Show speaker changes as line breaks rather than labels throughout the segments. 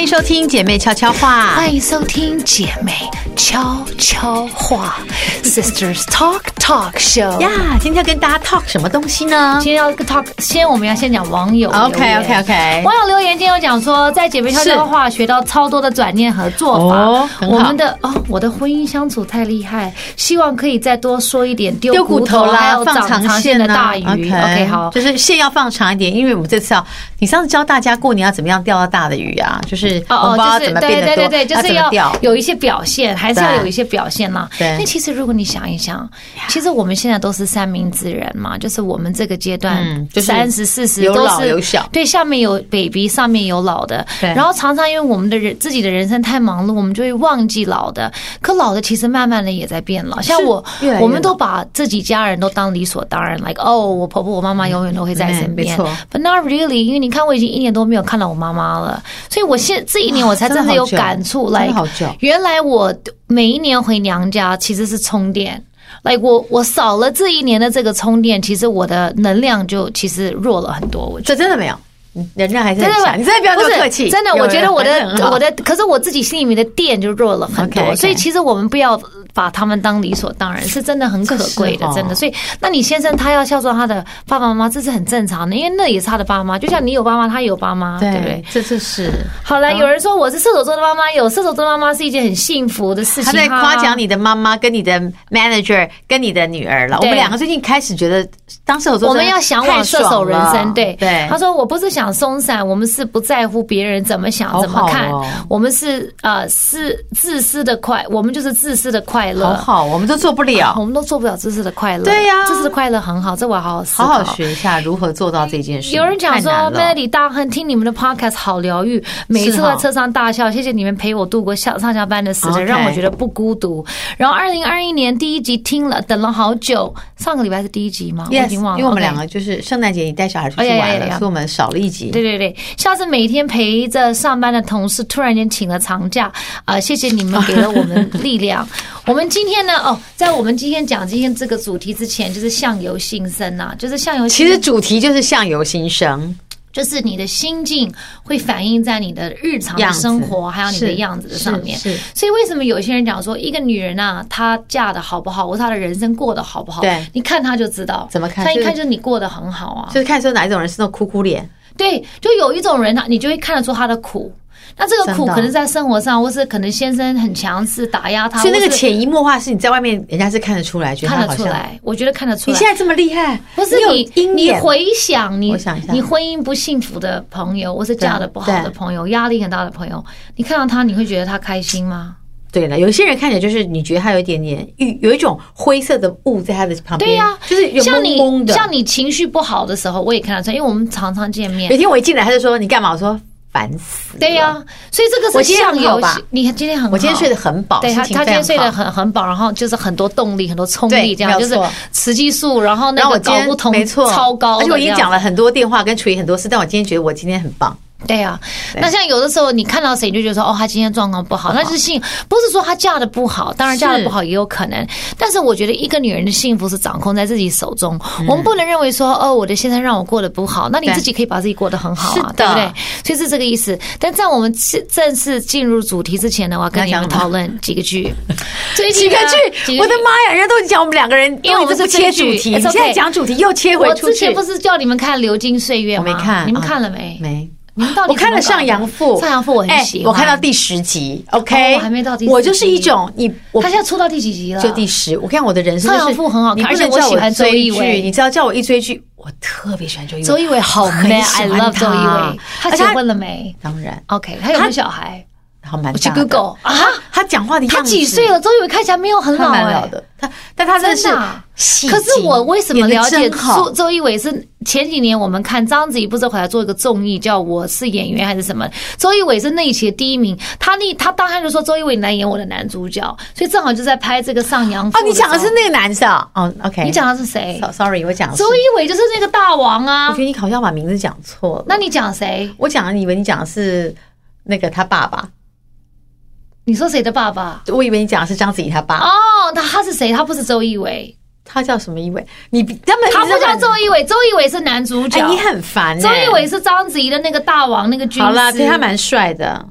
迎收听姐妹悄悄话。
欢迎收听姐妹悄悄话，Sisters Talk Talk Show。
呀，今天要跟大家 talk 什么东西呢
今天要 talk，先我们要先讲网友留言
OK。
网友留言今天有讲说，在姐妹悄悄话学到超多的转念和做法。
哦很好
我们的哦，我的婚姻相处太厉害，希望可以再多说一点
丢
丢
骨
骨
头
头还
啦，
有
放
长
长
线
线
的
啦
大鱼。OK, 好，
就是线要放长一点，因为我们这次啊，你上次教大家过年要怎么样钓到大的鱼啊，就是红包要
哦就
怎
是
么
对
变得
对
多，
对对，就
要
是
怎么
要
钓。
有一些表现，还是要
对
有一些表现啦。
对
那其实如果你想一想，其实我们现在都是三明治人嘛，就是我们这个阶段
嗯，就是
三十四十
有
都
老
是
有小
对，下面有 baby，上面有老的。
对
然后常常因为我们的人自己的人生太忙碌，我们就会忘记老的。可老的其实慢慢的也在变老，像我
越来越，
我们都把自己家人都当理所当然，like 哦，我婆婆我妈妈永远都会在
嗯
身
没
边。
错
But not really，因为你看我已经一年多没有看到我妈妈了，所以我现这一年我才真的有感触。
真的
like
好久
原来我每一年回娘家其实是充电。like 我我少了这一年的这个充电，其实我的能量就其实弱了很多。我觉得
这真的没有，嗯人家还是很
真的
强。
吗
你真的不要那么
是
客气。
真的，
有
我觉得我
人还是很
的
好
我的，可是我自己心里面的电就弱了很多。
OK，OK
所以其实我们不要把他们当理所当然，是真的很可贵
这
的
是哦，
真的。所以，那你先生他要孝顺他的爸爸妈妈，这是很正常的，因为那也是他的爸妈，就像你有爸妈，他也有爸妈，对不对
对？，这就是
好了，有人说我是射手座的妈妈，有射手座的妈妈是一件很幸福的事情。
他在夸
哈
奖。你的妈妈、跟你的 manager、跟你的女儿了。我
对
们两个最近开始觉得当射手座
我
真的
们要向往
太
射
爽
手人
了
生，对
对。
他说：“我不是想松散，我们是不在乎别人怎么想、
好
怎么看
好哦，
我们是呃是自私的快，我们就是自私的快乐。
好好，我们都做不了
我。们都做不了自私的快乐。
对呀
自私的快乐很好，这我要好好思
好
考。
好学一下如何做到这件事。
有人讲说
太难了
m e l y 大亨听你们的 podcast 好疗愈，每次
是
都
哈
在车上大笑，谢谢你们陪我度过下上下班的时间，
OK
让我觉得不孤独。然后二零二一年第一集听了，等了好久，上个礼拜是第一集吗？我已
Yes，
经忘了，
因为我们
OK
两个就是圣诞节你带小孩出去
哎呀
玩
呀呀
了，
呀
所以我们少了一集。
对对对，下次每天陪着上班的同事突然间请了长假，啊、谢谢你们给了我们力 量。我们今天呢，哦，在我们今天讲今天这个主题之前，就是相由心生呐、就是相由心
其实
生，
主题就是相由心生，
就是你的心境会反映在你的日常的
样子
生活，还有你的
是
样子的上面。
是是
所以为什么有些人讲说，一个女人啊，她嫁的好不好，或她的人生过得好不好，
对
你看她就知道。
怎么看
她一
就是
看就是你过得很好啊。
就是看说哪一种人是那种哭哭脸，
对，就有一种人，他你就会看得出他的苦。那这个
真
苦
的
可能在生活上，或是可能先生很强势打压他，
所以那个
或啊是
潜移默化是你在外面人家是看得出来，觉得他
看
好
得出
像。
来，我觉得看得出
你
来
现。在这么厉害，
不是
有
你，
鹰
你
眼，
回想你
我想一下
你婚姻不幸福的朋友，或是嫁的不好的
对
朋友，压力很大的朋友，你看到他，你会觉得他开心吗？
对了，有些人看起来就是你觉得他有一点点玉，有一种灰色的雾在他的旁边，
对呀、
就是有
像
蒙蒙
你
的。
像你情绪不好的时候，我也看得出来，因为我们常常见面
有一。天我一进来，他就说你干嘛？我说烦死。
对呀、所以这个
我
是
今天
相
很好
由
吧
心。你今天很好，
我今天睡得很饱，
对
心
他，
情
他
非
今天
常
睡得
好
很很饱，然后就是很多动力、很多冲
对
力，这样
没
就
有
是
错
雌激素，然后
然
那
后我
个
今
睾
天
固酮
没错
超高，
而且我已经讲。了很多电话跟处理很多事，但我今天觉得我今天很棒。
对啊，那像有的时候你看到谁，你就觉得说哦，他今天状况不好，那就是幸，不是说他嫁的不好，当然嫁的
是
不好也有可
嗯
能。但是我觉得一个女人的幸福是掌控在自己手中，我们不能认为说哦，我的先生让我过得不好，那你
嗯对
自己可以把自己过得很好啊，
是
对
的
不对？所以是这个意思。但在我们正正式进入主题之前呢，我要跟
你
你
要
们
讲什么
讨论几 个剧，最
几
近
个
呢
剧，我的妈呀！人家都已经讲我们两个人，
因为我们
都
是
一直不切主
追剧
题，你
it's okay
现在讲主题又切回
我
出
之前
去
不。是叫你们看《流金岁月》
我
吗？
没看，
你们
啊
看了没？
没，
你们到底
我看了《
怎么搞
上
的
阳赋》，
上阳赋我很
哎
喜欢
我看到第十集，OK，
哦我还没到第十集
我就是一种你，我
他现在出到第几集了？
就第十。我看我的人生
上
就
阳
是
赋很好看
你不
而且
能
我
叫
喜欢周
追
一围
剧，你知道叫我一追剧，我特别喜欢周一围。
周一围好
我很
man，I
喜欢
love 周一
他
围。他
而且
结
他
婚了没
当然，
？OK，他有没有小孩？
然后蛮
我去
大的
Google 啊，
他讲话的样子，
他几岁了？周一围看起来没有很
他
老
蛮老
哎。
的，他但他真的是
真的啊
戏精，
可是我为什么了解
演得真好
周周一围是前几年我们看章子怡不是回来做一个综艺叫我是演员还是什么？周一围是那一期的第一名，他那他当他就说周一围来演我的男主角，所以正好就在拍这个上阳赋
哦，你
时候
讲的是那个男生啊？哦，OK，
你讲的是谁？
So-，sorry，我讲的是
周一围就是那个大王
我
啊
觉。得你好像把名字讲错了。
那你讲谁？
我讲的，以为你讲的是那个他爸爸，
你说谁的爸爸？
我以为你讲的是章子怡他爸，
哦，他他是谁？他不是周一围，
他叫什么一伟？哎你他们
他不叫周
一
一围，周一围是男主角
哎哎，。你很烦欸。
周一围是章子怡的那个大王那个军师。
好啦，对他蛮帅的，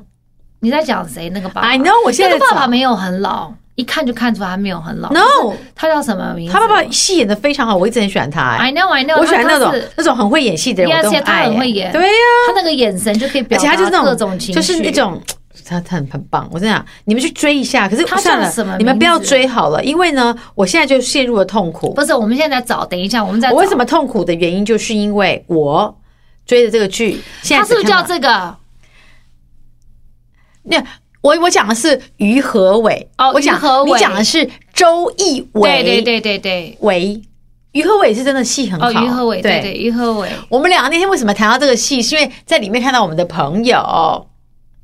你在讲谁？那个爸爸
I know，我现在
那个爸爸
找
没有很老，一看就看出他没有很老。
No
他叫什么名字？
他爸爸戏演的非常好，我一直很喜欢他、哎
，I know I know，
我喜欢那
他
种
他是
那种很会演戏的人，我都
Yes，他
爱、
很
哎
会演
对呀、
他那个眼神就可以
而
表
且他
达
就是那
各
种，
种情绪，
就是那种。他他很很棒，我真的讲，你们去追一下。可是
他
算
叫
了
什么，
你们不要
名字
追好了，因为呢，我现在就陷入了痛苦。
不是，我们现在在找，等一下，我们在
我为
找
什么痛苦的原因，就是因为我追的这个剧，现
他
在
是不是
只看
叫
到
这个？
那我我讲的是于和伟，
哦
我讲
于和伟
你讲的是周奕伟，
对对对对对，
伟，于和伟是真的戏很好，
哦，于和伟，对对，于和伟，
我们两个那天为什么谈到这个戏，是因为在里面看到我们的朋友，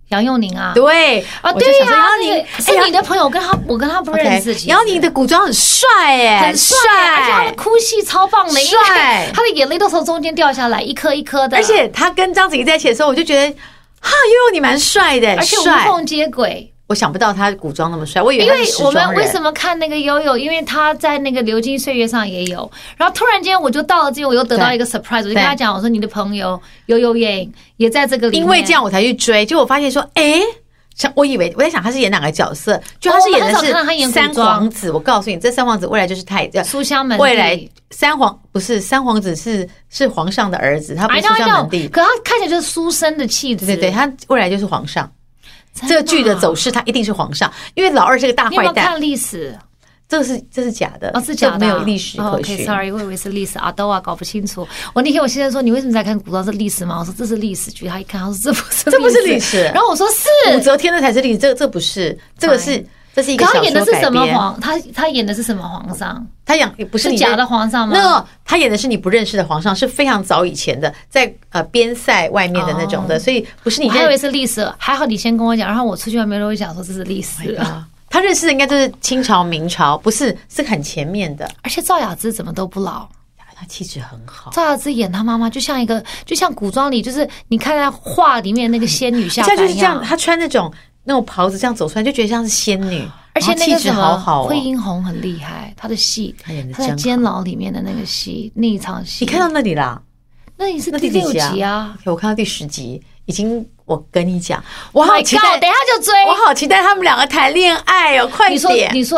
杨佑宁啊，
对，
啊，
我就
哦对
想说
呀，
杨
那个
宁，哎
是你的朋友，跟他我跟他不认识，
OK，
其实
姚宁的古装很帅耶，
很帅，而且他的哭戏超棒的，因为
帅
他的眼泪都从中间掉下来，一颗一颗的，
而且他跟章子怡在一起的时候，我就觉得哈，悠悠你蛮帅的，
而且无
帅。
缝接轨。
我想不到他古装那么帅，我以为
因
他是
为
时
我
装人
们为什么看那个悠悠？因为他在那个《流金岁月》上也有，然后突然间我就到了这边，我又得到一个 surprise，我就跟他讲，我说你的朋友悠悠也也在这个里面，
因为这样我才去追，结果我发现说，哎。像我以为我在想他是演哪个角色，就他是演的
哦我很少看到他演
是
古
三
装
皇子。我告诉你，这三皇子未来就是太呃
书香门第
未来三皇不是三皇子是是皇上的儿子，他不
I
是
know
书
I
香门
know，
第。
可他看起来就是书生的气质。
对对对，他未来就是皇上。
真
这个剧的
啊
走势，他一定是皇上，因为老二是个大
你有没
坏
有
蛋。
看历史？
这是这是假的，
哦，是假的啊、
这没有历史
哦
可循。
OK，sorry，、我以为是历史啊，都啊，搞不清楚。我那天我先生说，你为什么在看古装是历史吗？我说这是历史剧。他一看，他说这不是，
这不是历史
然后我说是。
武则天的才是历史，这这不是，这个是这是一个
可
小
他
说
演的是
改
什么
编？
皇？他他演的是什么皇上？
他演不是
是
你
假的皇上吗？
那他演的是你不认识的皇上，是非常早以前的，在呃边塞外面的那种的，所以不是你
我哦还以
认
为是历史，还好你先跟我讲，然后我出去外面都会讲说这是历史。
啊。他认识的应该就是清朝、明朝，不是是很前面的。
而且赵雅芝怎么都不老，
他气质很好，
赵雅芝演她妈妈就像一个，就像古装里，就是你看在画里面那个仙女下
现在
凡
就是这
一
样，，她穿那种那种袍子这样走出来，就觉得像是仙女，
而且
然后
那
气
个
质
什
好
么
好哦哎
惠。英红很厉害，她的戏，
她演得
她在
真好
监牢里面的那个戏，那一场戏，
你看到那里啦？
那你是
那
第
第几
六
集啊
集啊？
我看到第十集，已经我跟你讲，我
Oh
好
my
期
god！
待
等一下就追。
我好期待他们两个谈恋爱哦，快
你说
点！
你说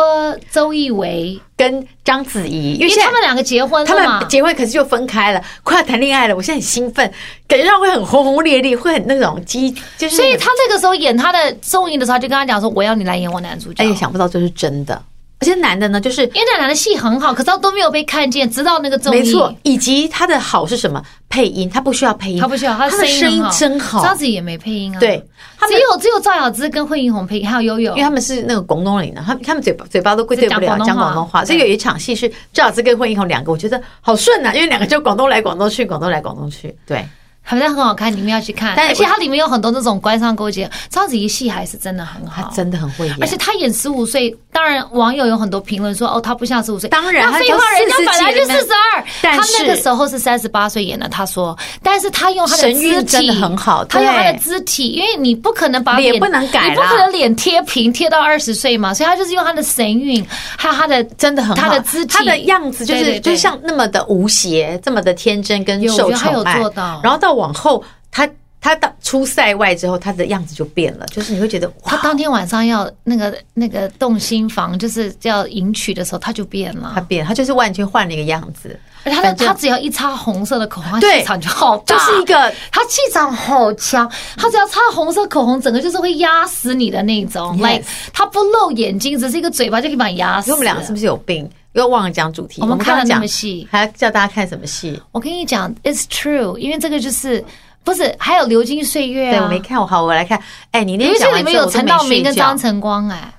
周一围，
跟章子怡，因为
因为
现
他
在
们两个结婚
他
了嘛
们结婚，可是就分开了，快要谈恋爱了，我现在很兴奋，感觉上会很轰轰烈烈，会很那种激，就是
所以
那种
他那个时候演他的综艺的时候，就跟他讲说我要你来演我男主角。
哎呀，想不到这是真的，而且男的呢，就是
因为那男的戏很好，可是他都没有被看见，直到那个综艺。
没错，以及他的好是什么？配音，他不需要配音，
他不需要，他
的声音
很好
真好，
章子怡也没配音啊。
对，他们
只有只有赵雅芝跟惠英红配音，还有悠悠
因为。他们是那个广东人呢，他们他们嘴巴嘴巴都对不了讲
是讲广东话
广东话，所以有一场戏是赵雅芝跟惠英红两个，我觉得好顺啊，因为两个就广东来广东去，广东来广东去，对，
好像很好看，你们要去看。
但
而且它里面有很多那种官商勾结，章子怡戏还是真的很
他
好。
真的很会演，
而且她演十五岁，当然网友有很多评论说哦，她不像十五岁。
当然
那
她
废话，
都
人家本来就
40几了
四十二，
但
她
是
那个时候是三十八岁演的。她说，但是她用她的
神韵
肢体
真的很好
她用她的
对
肢体，因为你不可能把
脸不能改啦
你不可能脸贴平贴到二十岁嘛，所以她就是用她的神韵，还有她的
真的很好，
她的肢体，
她的样子就是
对对对
就是像那么的无邪，这么的天真跟
有我觉
受
得她
宠
有
爱
做到，
然后到往后，她她到出塞外之后，她的样子就变了，就是你会觉得
他
哇，
当天晚上要那个那个动心房，就是要迎娶的时候，他就变
她
了。
变，她就是完全换了一个样子，
而且他
反
的
正
他只要一擦红色的口红，他
对
气场就好大，
就是一个
他气场好强。他只要擦红色口红，整个就是会压死你的那种。
Yes
来，他不露眼睛，只是一个嘴巴就可以把你压死。
所以我们两个是不是有病？又忘了讲主题，
我们看
刚
了
刚
那
讲
么细
还要叫大家看什么戏？
我跟你讲，it's true，因为这个就是不是还有《流金岁月》啊？
对我没看，我好，我来看。哎，你那天
因为
讲
这里
完
面
之后
有
我都
陈
没
道明跟
睡觉
张晨光哎、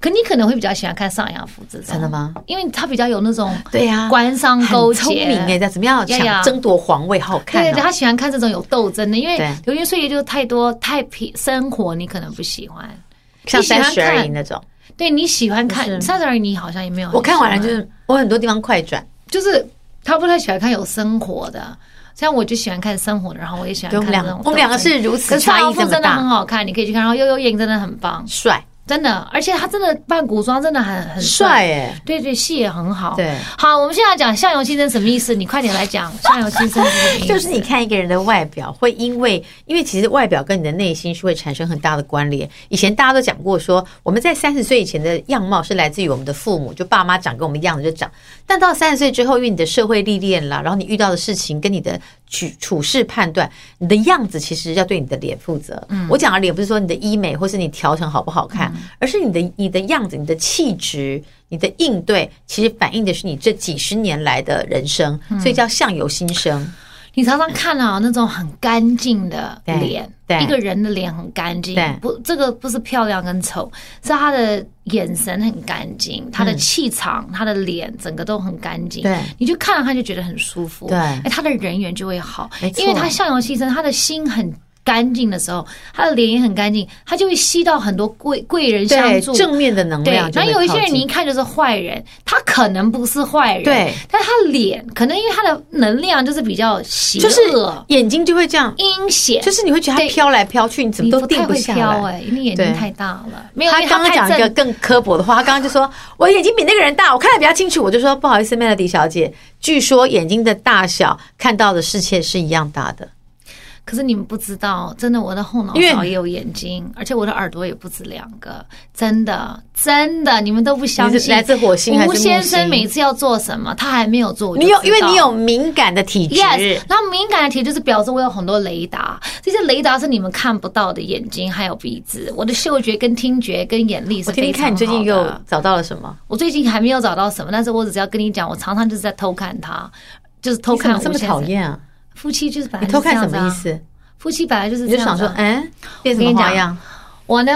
可你可能会比较喜欢看《上阳赋》这种，
真的吗？
因为他比较有那种
对呀，
官商勾结，
很聪明哎，这怎么样
呀呀
抢争夺皇位，好好看
对对对，
哦。
他喜欢看这种有斗争的，因为
对
《流言岁月》就太多太平生活，你可能不喜欢。
像
你喜欢
三十而已
看
那种，
对你喜欢看
是
《三十而已》，你好像也没有很喜
我
欢。
看完了就是我很多地方快转。
就是他不太喜欢看有生活的，像我就喜欢看生活的，然后我也喜欢
对，
看
我们
那
两
种
个
斗
我
争。
们两个是如
可
此
是《上
差
阳
异
赋
这》么
真的很
大，
好看，你可以去看。然后《悠悠夜影》真的很棒，
帅。
真的，而且他真的扮古装真的很很
帅
帅，
哎，
对对，戏也很好。
对，
好，我们现在讲相由心生什么意思？你快点来讲相由心生是什么意 思？
就是你看一个人的外表，会因为因为其实外表跟你的内心是会产生很大的关联。以前大家都讲过说，我们在三十岁以前的样貌是来自于我们的父母，就爸妈长跟我们一样的就长。但到三十岁之后，因为你的社会历练啦，然后你遇到的事情跟你的处处事判断，你的样子其实要对你的脸负责。我讲的脸不是说你的医美或是你调成好不好看，而是你的你的样子、你的气质。你的应对其实反映的是你这几十年来的人生，所以叫相由心生。
你常常看啊那种很干净的脸，
对对
一个人的脸很干净
对，
不，这个不是漂亮跟丑，是他的眼神很干净，他的气场、他的脸整个都很干净，
嗯对
你就看了他就觉得很舒服，
对
哎，他的人缘就会好
没，错
因为他向阳牺牲，他的心很。干净的时候，他的脸也很干净，他就会吸到很多贵贵人相
对
助，
正面的能
对
量，就
那
会
有一些
靠
人你一
近
看就是坏人，他可能不是坏人，
对，
但他脸可能因为他的能量就是比较邪恶、
就是眼睛就会这样，
阴险，
就是你会觉得
对
它飘来飘去，你怎么
你
都定
太会
下
挑
来。
哎、因为眼
对
睛太大了，没有，因为
刚刚
太
讲一
正
个更刻薄的话，他刚刚就说我眼睛比那个人大，我看得比较清楚。我就说不好意思，Melody 小姐，据说眼睛的大小看到的世界是一样大的。
可是你们不知道，真的，我的后脑
因为
勺也有眼睛，而且我的耳朵也不止两个，真的，真的，你们都不相
你是
信。
来自火星还是
吴
木
先生
星
每次要做什么，他还没有做，我就
你有，
知
因为你
道
有敏感的体质
Yes，然后敏感的体就是表示我有很多雷达，这些雷达是你们看不到的，眼睛还有鼻子。我的嗅觉、跟听觉、跟眼力是
我听听
非常
看
好的。
你最近又找到了什么？
我最近还没有找到什么，但是我只要跟你讲，我常常就是在偷看他，就是偷
你怎
看
么这
吴
么
先
讨
生。
厌啊？
夫妻就是本来
你
就
偷
是
看
这
什
样子啊
么意？思？
夫妻本来就是
你
这
就
样
想
子
说
啊，
嗯，变什
我
么
跟你
花
讲啊
样？
我呢，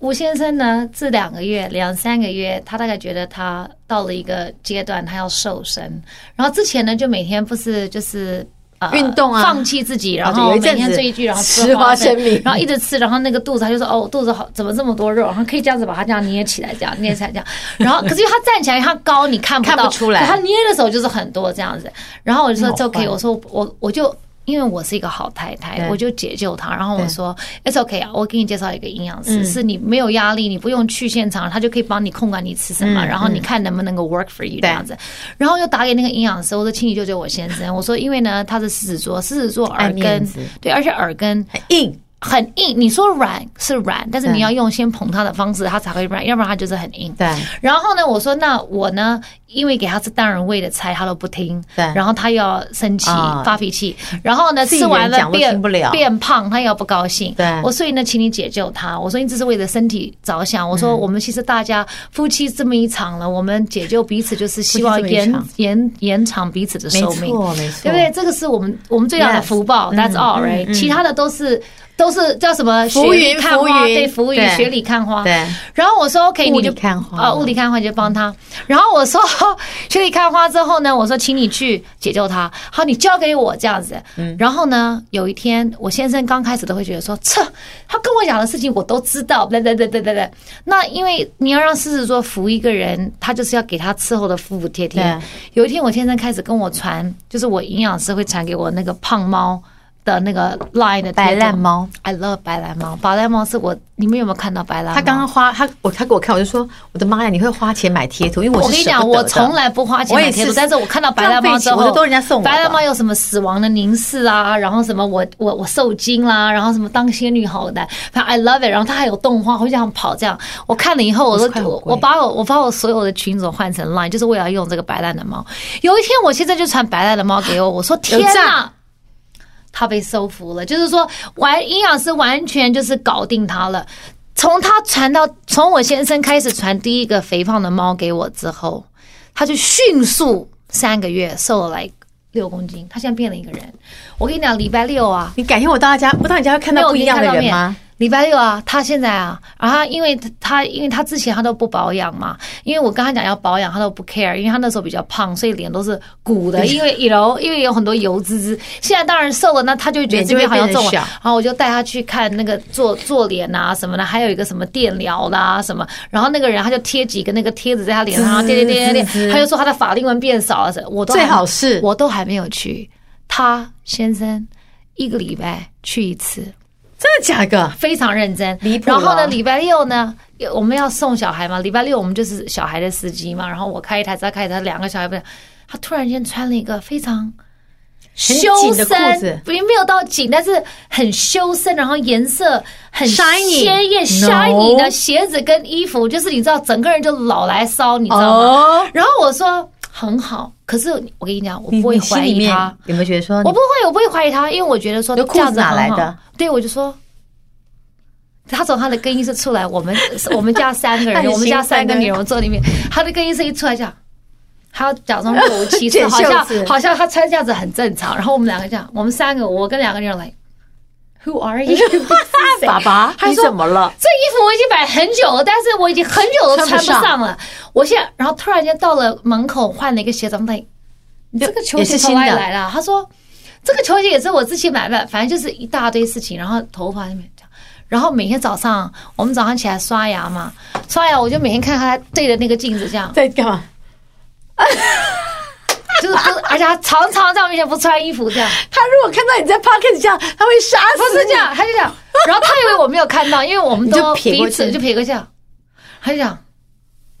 吴先生呢，这两个月、两三个月，他大概觉得他到了一个阶段，他要瘦身。然后之前呢，就每天不是就是。呃
运动啊
放弃自己，
有
然后
一
每
阵
天
子
追剧，然后
吃花
花
生米
然后一直吃，然后那个肚子他就说：“哦，我肚子好，怎么这么多肉？”然后可以这样子把它这样捏起来，这样捏起来，这样。然后可是因为他站起来，他高，你看
看
到，
不出来
可他捏的时候就是很多这样子。然后我就说
好
：“It's OK。”
坏哦
我说：“我我就因为我是一个好太太，
对
我就解救他。”然后我
对嗯
说：“It's OK 啊，我给你介绍一个营养师，是你没有压力，你不用去现场，他就可以帮你控管你吃什么，
嗯
然后你看能不能够 work for you 这样子。”然后又打给那个营养师，我说：“请你救救我先生。”我说：“因为呢，他是狮子座，狮子座
爱
耳
面
根
子
对，而且耳根。”
很硬，
很硬，你说软是软，但是
对
你要用先捧它的方式，它才会软，要不然它就是很硬。
对，
然后呢，我说那我呢，因为给他吃单人喂的菜，他都不听，
对
然后他又要生气、
啊
发脾气，然后呢，
自己
吃完
人讲
了
都
变
听不了
变胖，他又不高兴，
对
我所以呢，请你解救他，我说你只是为了身体着想，我
嗯
说我们其实大家夫妻这么一场了，我们解救彼此就是希望
夫妻这么一
延
场
延延长彼此的
没
寿命，
错，没错，
对不对？这个是我们我们最大的
Yes
福报、t h a t s all right、其他的都是都是叫什么
嗯浮云
雪里看花，
浮云
对，浮云
对
雪里看花。
对
然后我说 OK，
雾
你
里
就
看花
啊，雾里看花你就帮他。然后我说 雪里看花之后呢，我说请你去解救他，好，你交给我这样子。
嗯
然后呢，有一天我先生刚开始都会觉得说，这他跟我讲的事情我都知道，对对对对对对。那因为你要让狮子座服一个人，他就是要给他伺候的服服帖帖
对。
有一天我先生开始跟我传，就是我营养师会传给我那个胖猫。的那个 line 的贴图
白烂猫
，I love 白烂猫，白烂猫是我，你们有没有看到白烂猫？
他刚刚花他我他给我看，我就说我的妈呀，你会花钱买贴图？因为
我
是
跟你
舍
讲，
不得
我
的
从来不花钱
我
买
也
贴
是
图，但是我看到白烂猫之
浪费钱
后，
我就都人家送我的
白烂猫有什么死亡的凝视啊，然后什么我我我受惊啦，然后什么当仙女好难，反正 I love it，然后它还有动画，我就想跑这样。我看了以后，我
五十块
都
很
我
贵
我把我我把我所有的裙子换成 line，就是为了要用这个白烂的猫。有一天，我现在就传白烂的猫给我，我说天
有
哪
诈！
他被收服了，就是说完营养师完全就是搞定他了。从他传到从我先生开始传第一个肥胖的猫给我之后，他就迅速三个月瘦了来六公斤，他现在变了一个人。我跟你讲，礼拜六啊，
你改天我到他家，我到你家会看
没
到
有
不一样的人吗？？
礼拜六啊，他现在啊，然后他因为他他因为他之前他都不保养嘛，因为我跟他讲要保养，他都不 care，因为他那时候比较胖，所以脸都是鼓的，因为一楼因为有很多油脂脂。现在当然瘦了，那他就觉得这边好像重
脸就会
了，
变得小
然后我就带他去看那个做做脸啊什么的，还有一个什么电疗啦什么，然后那个人他就贴几个那个贴纸在他脸上，然后贴贴贴贴贴，他就说他的法令纹变少了，我都还
最好是
我都还没有去，他先生一个礼拜去一次。
真的假的？
非常认真，
离谱
然后呢，
了
礼拜六呢，我们要送小孩嘛，礼拜六我们就是小孩的司机嘛，然后我开一台，他开一台，两个小孩不是，他突然间穿了一个非常。
很
修
紧的裤
身
子，
不没有到紧，但是很修身，然后颜色很
Shiny
鲜艳、
No
shiny 的鞋子跟衣服，就是你知道，整个人就老来骚，你知道吗？
哦，
然后我说很好，可是我跟你讲，我
你
不会
你心
怀
里
疑
面
他，
有没有觉得说
我
你
不会，我不会怀疑他，因为我觉得说
那
这
裤
样
子
子
哪
很
来
好
的？
对，我就说。他从他的更衣室出来，我们 我们家三个
他很
人，我们
兴
家三个
奋
女人坐里面，他的更衣室一出来就讲，他假装若无 其事，
卷
好
袖
像
子
好像他穿这样子很正常。然后我们两个这样，我们三个，我跟两个女人来，Who are you？这衣
爸爸
他
你
说
怎么了？
服我已经买很久了，但是我已经很久
穿
都穿
不
不
上
上了。我现在，然后突然间到了门口换了一个鞋子，我们来，你这个球
也
鞋
是
从
新
哪里
的
来的？他说这个球鞋也是我自己买的，反正就是一大堆事情，然后头发那边这样。然后每天早上，我们早上起来刷牙嘛，刷牙我就每天看他对着那个镜子这 样，
在干嘛？
就是不， 而且他常常在我面前不穿衣服这样，
他如果看到你在 pocket 下，他会杀
不
死
是
你
这。样，他就这样，然后他以为我没有看到，因为我们
你就
都
撇过
彼
去
此就撇过去，他就这样。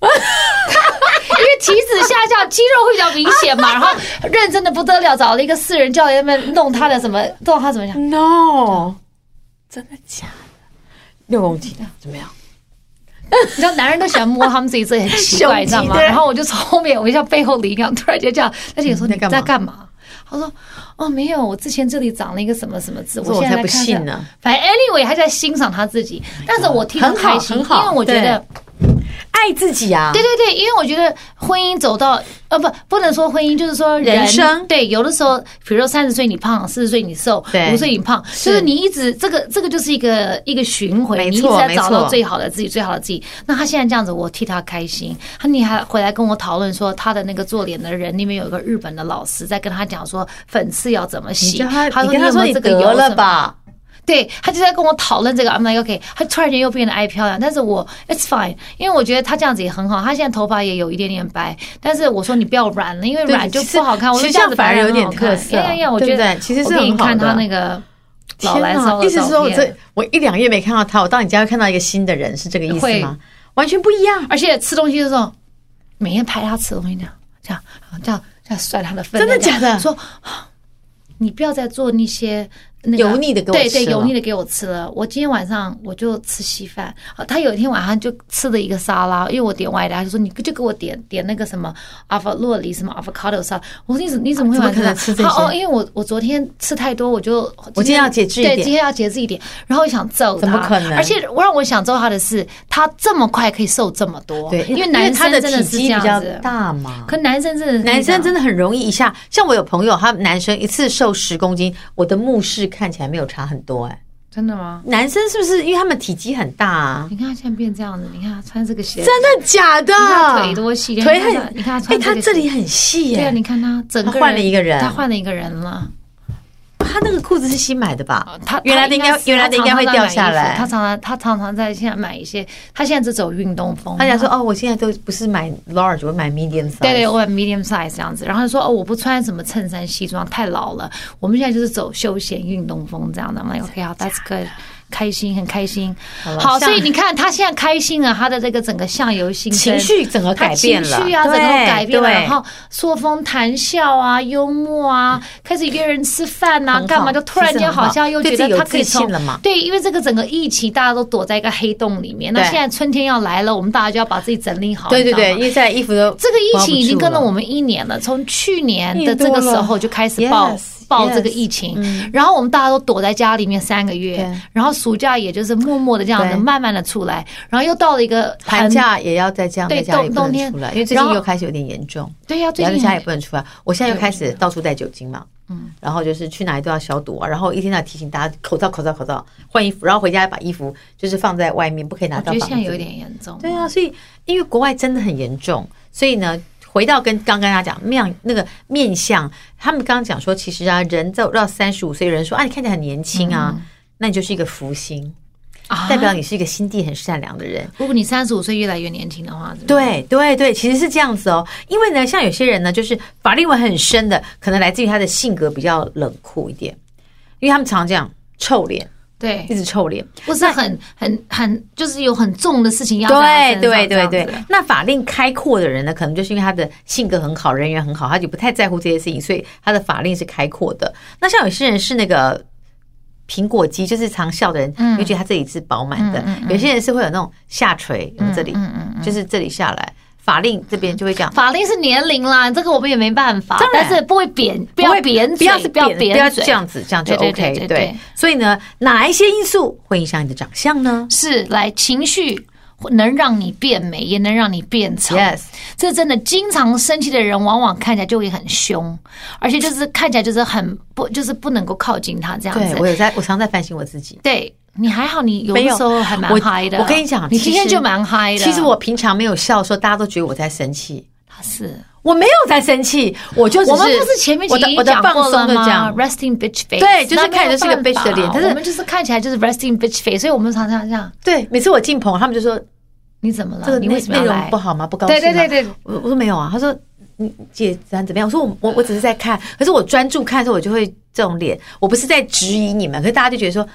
因为体脂下降，肌肉会比较明 显嘛，然后认真的不得了，找了一个私人教练在那边弄他的什么，弄他怎么样？
No，真的假的？六公斤怎么样？
你知道男人都喜欢摸他们自己，这也很奇怪，你知道
胸
吗？
肌对
然后我就从后面，我一下背后领养，突然间这样，他就说
你
你
在嗯干嘛
在干嘛？他说哦没有，我之前这里长了一个什么什么痣，
这
我
我
现在
才
来
不
看
信
看
呢。
反正 anyway，他在欣赏他自己，但是我替他
很好
开心，
很好
因为我觉得
对。爱自己啊！
对对对，因为我觉得婚姻走到呃不不能说婚姻，就是说
人生
对，有的时候，比如说三十岁你胖，四十岁你瘦，
对
五岁你胖，
是
就是你一直这个这个就是一个一个循环，
没
你一
错
直在找
没
到
错
最好的自己，最好的自己。那他现在这样子，我替他开心。他你还回来跟我讨论说，他的那个做脸的人里面有一个日本的老师在跟他讲说，粉刺要怎么
你
洗。
叫他，你
说
跟他
有
说
没
你
有这个
得
油
了
什么
吧，
对他就在跟我讨论这个，I'm like OK，他突然间又变得爱漂亮，但是我 It's fine，因为我觉得他这样子也很好，他现在头发也有一点点白，但是我说你不要染了，因为
对
染就
其实
不好看，我
其
说
实
这样子
这样反而
白
有
很
点
好看哎
特色
呀呀呀，我
对
觉
不
得
对其实是
我给
很
你
好
看
的
他那个老
天
来
哪
骚的
意思是说
照
我这
片，
我一两个月没看到他，我到你家会看到一个新的人，是这个意思
会哦
吗？完全不一样，
而且吃东西的时候，每天拍他吃东西这样这样这样这样摔他的粪，
真的
这样
假的
说啊你不要再做那些。那个
油腻的给我
对
吃
对，
了
油腻的给我吃了。我今天晚上我就吃稀饭。啊他有一天晚上就吃了一个沙拉，因为我点外带，他就说你就给我点点那个什么阿法洛梨什么 avocado 沙拉。我说你怎你怎么会
啊怎么
晚上
可能吃这
他
些
哦，因为我我昨天吃太多，我就
我今天要节制一
对
点
今天要节制一点。然后我想揍他，
怎么可能
而且我让我想揍他的是，他这么快可以瘦这么多，
对，
因为男
他
生
的
真
体
的是这
积比
样
较
子。
大嘛。
可男生真的是
男生真
的
的很容易一下，像我有朋友，他男生一次瘦十公斤，我的目视看起来没有差很多哎、
真的吗？
男生是不是因为他们体积很大啊？
你看他现在变这样子，你看他穿这个鞋，
真的假的啊
你看他？腿多细，
腿
你看他
很，
你看他
哎，他
穿个
这里很细
对啊，
耶、
你看他整个
他换了一个人
他换了一个人了。
他那个裤子是新买的吧？
哦他
原来的应该
他是
原来的应该会掉下来
他常常他常常在现在买一些，他现在只走运动风。
他讲说哦，我现在都不是买 large，我买 medium size。
对对，我买 medium size 这样子。然后他说哦，我不穿什么衬衫西装，太老了。我们现在就是走休闲运动风这 样的。我们 OK 好，That's good，开心，很开心。
了
好，
像
所以你看他现在开心了，他的这个整个相由心
情。
生
绪整个
他
改变了，
情绪啊，整个
对
改变了，
对
然后说风谈笑啊，幽默啊，开始约人吃饭啊
嗯很，好
干嘛就突然
其实
间
很好
好像又觉
对自
得
己有
他可以
自信
从
了嘛
对，因为这个整个疫情大家都躲在一个黑洞里面，那
对
现在春天要来了，我们大家就要把自己整理好，
对
你
对
知道吗
对，因为在衣服都
这个疫情已经跟了我
们
们一年了，从去年的这个时候就开始
一
爆
年多了
爆
Yes，嗯
这个疫情，然后我们大家都躲在家里面三个月
对，
然后暑假也就是默默的这样子
对
慢慢的出来，然后又到了一个
寒
很，
假也要在这样
对
在家里
冬
不
冬
能
天
出来，因为最近
然后
又开始有点严重，
对呀、最
然后在
近
家也不能出来。我现在又开始到处带酒精嘛，嗯，然后就是去哪里都要消毒啊，然后一天到晚提醒大家口罩口罩口罩，换衣服，然后回家把衣服就是放在外面，不可以拿
我
到
觉
房
得
子
现在
里。
有一点严重，
对啊，所以因为国外真的很严重，所以呢，回到跟刚刚大家讲面那个面相，他们刚刚讲说，其实啊，人到到三十五岁，有人说啊，你看起来很年轻啊，那你就是一个福星，
啊
代表你是一个心地很善良的人。
如果你三十五岁越来越年轻的话，对
对对对，其实是这样子哦。因为呢，像有些人呢，就是法令纹很深的，可能来自于他的性格比较冷酷一点，因为他们常这样臭脸，
对
一，直臭脸。
不是很很很，就是有很重的事情要在
对
他身
对
上
对
这样
对
子，
那法令开阔的人呢，可能就是因为他的性格很好，人缘很好，他就不太在乎这些事情，所以他的法令是开阔的。那像有些人是那个苹果肌，就是常笑的人，
嗯
你会觉得他这里是饱满的；有些人是会有那种下垂，有没有这里、
嗯嗯嗯。
就是这里下来，法令这边就会这样。
法令是年龄啦，这个我们也没办法，
当然
但是不会扁，不要
会
扁
不
嘴
要是，
不要
不要
扁
这
嘴，
样子，这样就
对
OK
对对对对
所以呢，哪一些因素会影响你的长相呢
是来情绪能让你变美，也能让你变丑。
？Yes，
这真的，经常生气的人往往看起来就会很凶，而且就是看起来就是很不，就是不能够靠近他这样
对
子。
我有在，我常在反省我自己。
对你还好，你有的
没有
时候还蛮
我
嗨的
我跟你讲
你
其实
今天就蛮嗨的。
其实我平常没有笑的时候，大家都觉得我在生气，
是
我没有在生气，我就只
我们不是前面
我
几
的
集
我的
讲
放
过
松
了
的
吗
讲，
？Resting bitch face，
对就是
那没
看
有
着是个
办
bitch 的脸
法
但是
我们就是看起来就是 resting bitch face，所以我们常常这样，
对，每次我进棚，他们就说
你怎么了？
这个
啊你
内
为什么
内
要
容
来
不？好吗？不高兴
对
吗？
对对对，
我我说没有啊，他说你姐咱怎么样？我说我我我只是在看，可是我专注看的时候，我就会这种脸，我不是在质疑你们，可是大家就觉得说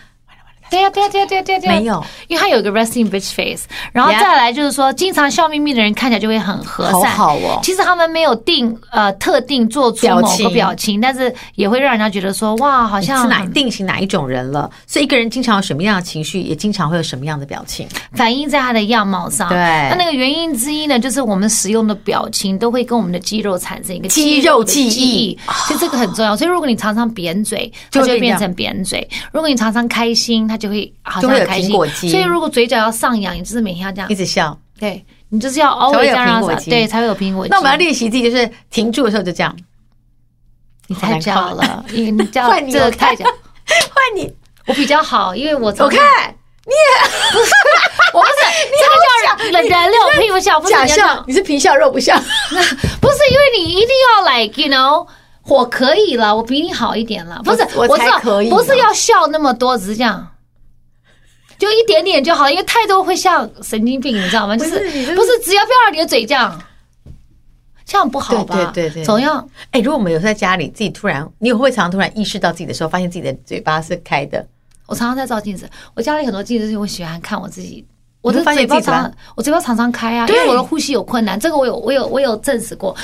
对呀对呀对呀对呀对呀啊对呀，
没有，
因为他有一个 resting bitch face，然后
Yeah
再来就是说，经常笑眯眯的人看起来就会很和善。
好好哦
其实他们没有定呃特定做出
表
某
情
个表情，但是也会让人家觉得说哇，好
你
像
是哪
很
定型哪一种人了，所以一个人经常有什么样的情绪，也经常会有什么样的表情。
反映在他的样貌上。
对
那那个原因之一呢，就是我们使用的表情都会跟我们的肌肉产生一个
肌
肉
肉
的
记忆
记忆，所以这个很重要。所以如果你常常扁嘴，它
就
就
会
会
变
变成扁嘴；如果你常常开心，它就会好
就
像
会有
开心
苹果肌
所以如果嘴角要上扬，你就是每天要这样
一，直笑，
对你就是要
才
always
会有
这样让
苹
它
果
上
肌
对，才会有苹果肌。
那我们要练习自己，就是停住的时候就这样。
你太
好
假
难看
了，你你这
换
样
你
这个
我看
太假。
换你，
我比较好，因为我
我看
我不是这个叫人人肉配不笑，不是
假
你要这样
笑，你是皮笑肉不笑。
不是因为你一定要 like you know。我可以了，我比你好一点了。不是，
我
我
我
知
才
道，
可以呢
不是要笑那么多，只是这样，就一点点就好，因为太多会像神经病，你知道吗？就
不是你这
是
是
不是只要不要让你的嘴这样，这样不好吧？
对对对对
总要
哎、如果我们有时候在家里自己突然，你有会常常突然意识到自己的时候，发现自己的嘴巴是开的，
我常常在照镜子，我家里很多镜子，所以我喜欢看我自己。我
你
的
会发现
嘴巴
自己
常
怎么
常，我嘴巴常常开啊，因
对
为我的呼吸有困难，这个我有，我有，我有证实过。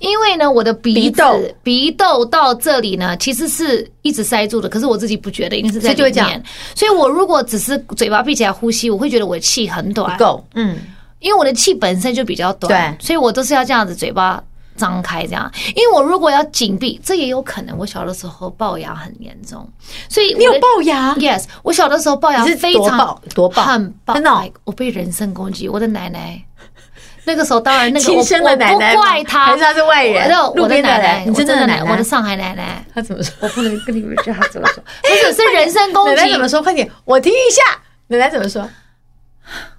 因为呢，我的鼻
鼻
子
窦
鼻窦到这里呢，其实是一直塞住的，可是我自己不觉得，一定是在
所以就会
里
这样
面。所以我如果只是嘴巴闭起来呼吸，我会觉得我的气很短
不，够。嗯，
因为我的气本身就比较短，
对
所以我都是要这样子嘴巴张开这样。因为我如果要紧闭，这也有可能。我小的时候龅牙很严重，所以
你有
我的
龅牙，
Yes，我小的时候龅牙
你是
非
多
常
龅多龅
很龅，
真的哦
like，我被人身攻击，我的奶奶。那个时候当 然那个
亲
我
生的奶奶
我
吗
不怪她，
还是她是外人
我的我
路
的
边的
奶奶，
人你真
我
的
的
奶奶
我的上海奶奶，
他怎么说？
我不能跟你们这样子说，不是是人身攻
奶
击
奶。怎么说？快点，我听一下。奶奶怎么说？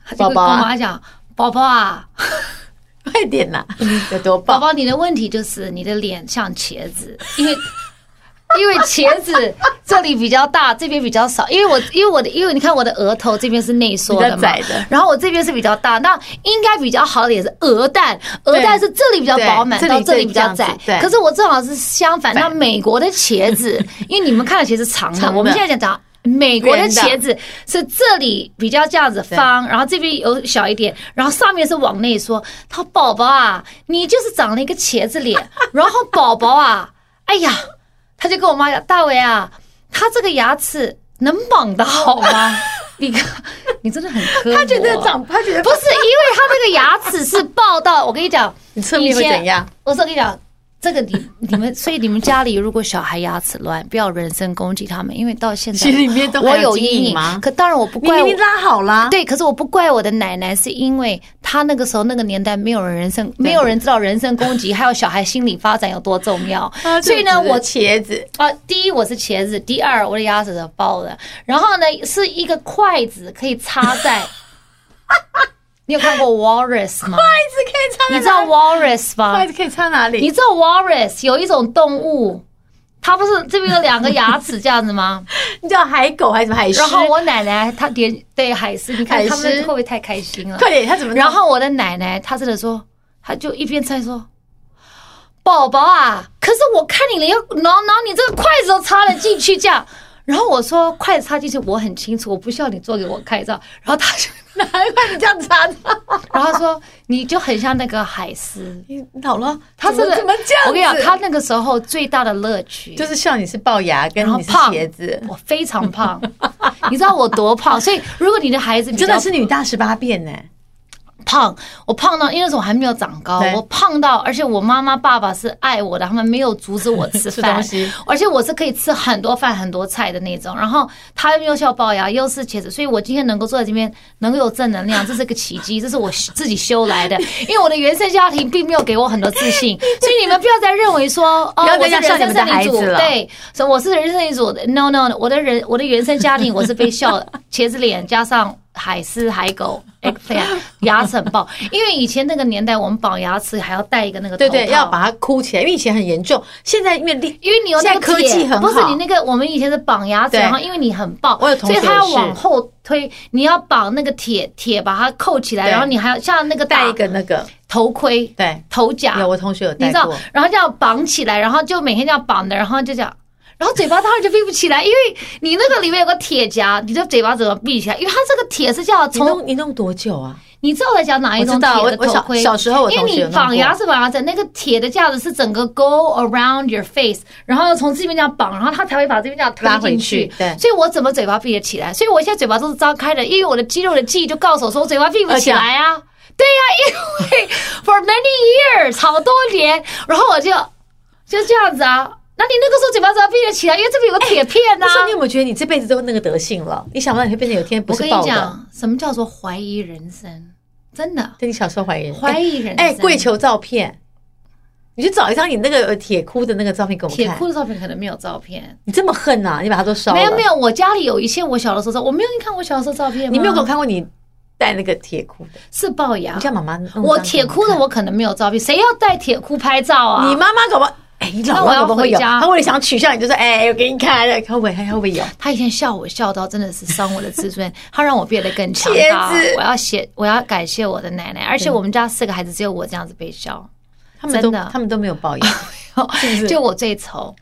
她就
宝
会
宝啊
跟我妈讲，宝宝啊，
快点 呐、有多
宝
龅？
宝，你的问题就是你的脸像茄子，因为。 因为茄子这里比较大，这边比较少。因为我因为我的因为你看我的额头这边是内缩的
比较
嘛
窄的，
然后我这边是比较大。那应该比较好的也是鹅蛋，鹅蛋是这里比较饱满，
对
到这
这
里
里
比较
这
窄
样子。对
可是我正好是相反。那美国的茄子，因为你们看的茄子长的，
长的
我们现在讲美国的
圆的
茄子是这里比较这样子方，然后这边有小一点，然后上面是往内缩。他说宝宝啊，你就是长了一个茄子脸，然后宝宝啊，哎呀，他就跟我妈讲，大伟啊，他这个牙齿能绑得好 吗？你看，你真的很啊苛
他觉得
我
长，他觉得
不是因为他那个牙齿是爆到，我跟你讲，
你侧面会
以前
怎样？
我说我跟你讲，这个你 你们，所以你们家里如果小孩牙齿乱，不要人身攻击他们，因为到现在
其实里面都还
我
有基
阴
因
影
吗
可当然我不
你
怪
明
我
明。拉好啦，
对，可是我不怪我的奶奶，是因为她那个时候那个年代没有人人身，没有人知道人身攻击，还有小孩心理发展有多重要
啊，。
所以呢，
这个
我
只是茄子
啊，第一我是茄子，第二我的牙齿是包的，然后呢是一个筷子可以插在。 你有看过 walrus 吗？
筷子可以插在哪里，
你知道 walrus 吗
筷？子可以插哪里？
你知道 walrus 有一种动物，它不是这边有两个牙齿这样 子吗？
你知道海狗还是什么海狮？
然后我奶奶她连对海狮，你看
海狮
他们会不会太开心了？
快点，他怎么弄？
然后我的奶奶她真的说，她就一边在说：“宝宝啊，可是我看你连挠挠你这个筷子都插了进去，这样。” 然后我说筷子插进去，我很清楚，我不需要你做给我看，你知道？ 然后他就 拿一筷子这样插的，然后他说你就很像那个海狮。
你老了，
他
怎
真
么
的
怎么这样子？
我跟你讲，他那个时候最大的乐趣
就是笑你是龅牙，跟
然后
你是
胖
鞋子，
我非常胖， 你知道我多胖？所以如果你的孩子比
真的
较
是女大十八变呢、
胖，我胖到因为那时候我还没有长高
对，
我胖到，而且我妈妈爸爸是爱我的，他们没有阻止我吃
吃
饭
东西，
而且我是可以吃很多饭很多菜的那种。然后他又是要龅牙，又是茄子，所以我今天能够坐在这边，能够有正能量，这是个奇迹，这是我自己修来的。因为我的原生家庭并没有给我很多自信，所以你们不要再认为说，哦，
不要
我
再
是人
笑你
生
们的
胜
孩
利
子
组，
了
对。对，所以我是人生一组的。No No，no，我的人我的原生家 庭我是被笑茄子脸加上海狮、海狗、eggplant 牙齿很爆，因为以前那个年代我们绑牙齿还要戴一个那个头
对
套。
对，要把它箍起来，因为以前很严重，现在因为力，
因为你有那
现
个
在科
铁
技很好，
不是你那个我们以前是绑牙齿，
对
然后因为你很爆，
我有同学
所
也
以
是
它要往后推，你要绑那个铁铁把它扣起来，
对
然后你还要像那个
戴一
打
个那个，
头盔、
对，
头甲，
有我同学有
你
戴
知道
过，，
然后这样绑起来，然后就每天这样绑的，然后就这样，然后嘴巴当然就闭不起来，因为你那个里面有个铁夹，你的嘴巴怎么闭起来？因为它这个铁是叫
你
从
弄你弄多久啊？
你知道我在讲哪一
我知
种
道，
铁
我
的
我
头
小
盔？
小时候我
因
同
为
学
你
有弄
绑
过
牙齿绑牙齿，那个铁的架子是整个 go around your face，然后要从这边这样绑，然后它才会把这边这样推
拉回
进
去，对。
所以我怎么嘴巴闭得起来？所以我现在嘴巴都是张开的，因为我的肌肉的记忆就告诉我说，我嘴巴闭不起来啊。对呀、因为 for many years 好多年，然后我就就这样子啊。那你那个时候嘴巴怎么闭得起来？因为这边有个铁片啊呐、
但是你有没有觉得你这辈子都那个德性了？你想不到你会变成有一天哎不
我
是
跟你
爆的？
讲，什么叫做怀疑人生？真的
对你小时候怀疑人生，
怀疑人生。
哎，跪求照片，你去找一张你那个呃铁箍的那个照片给我们
铁
看
裤。的照片可能没有照片。
你这么恨啊呐、你把它都烧了？
没有没，有，我家里有一些我小的时候照，我没有给你看我小的时候照片吗？
你没有给我看过你戴那个铁箍的。
是龅牙
你。叫妈妈弄张给
我
我
铁箍的
看，
我可能没有照片，谁要带铁箍拍照啊？
你妈妈搞不好，哎，你
那
老
我
了
要
搞不好会有。
回家
她为了想取笑你，就说哎，我给你看，会不会会不会有？
他以前笑我笑到真的是伤我的自尊，他让我变得更强大
茄子。
我要谢，我要感谢我的奶奶，而且我们家四个孩子只有我这样子被笑，
他们都
真的
他们都没有报应， 哦是不是？
就我最丑，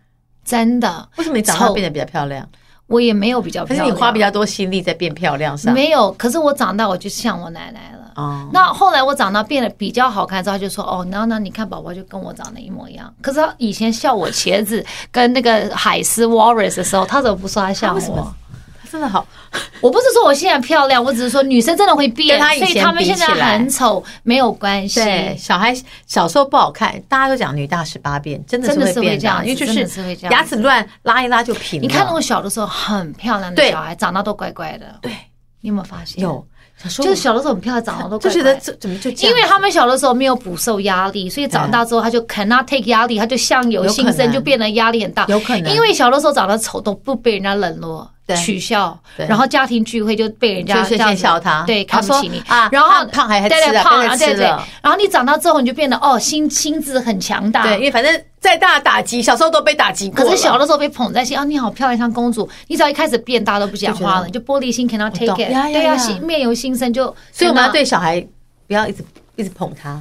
真的。
为什么你长大
丑
变得比较漂亮？
我也没有比较
可
漂
是
亮，
你花比较多心力在变漂亮上。
没有，可是我长大我就像我奶奶了。
哦，
那后来我长大变得比较好看之后，他就说：“哦，那那你看宝宝就跟我长得一模一样。”可是他以前笑我茄子跟那个海狮 Walrus 的时候，他怎么不说他像
啊为什
我
么？她真的好，
我不是说我现在漂亮，我只是说女生真的会变
跟她，以
所
前
以她们现在
比起来
很丑没有关系。
对，小孩小时候不好看，大家都讲女大十八变，真的是
真的
会
是会
变
这样
大，
子
因为就
真的是会这样子
牙齿乱拉一拉就平了。
你看那种小的时候很漂亮的
对
小孩，长大都怪怪的。
对，
你有没有发现？，
有，小时候
就是小的时候很漂亮，长大都
就
怪
觉
怪
得
的。
这怎么就这样？
因为他们小的时候没有补受压力，所以长大之后他就 cannot take 压力，他就相由
有可
心生，
能
就变得压力很大。
有可能
因为小的时候长得丑都不被人家冷落
对、
取笑，
对
然后家庭聚会就被人家
就是
这样
先
子
笑他，
对，看不
说
起你
啊，
然后
胖胖还还吃
对对
了，
胖，
不
然
要
后
再
对
吃
对
了，，
然后你长大之后你就变得哦，心心智很强大。
对，因为反正再大的打击，小时候都被打击过
可
了。
是小的时候被捧在心啊，你好漂亮，像公主。你只要一开始变大都不讲话了，你就玻璃心 cannot
我
take
懂
it。
呀呀
对
呀
呀，心面由心生就，
所以我们要
cannot-
对小孩不要一直一直捧他，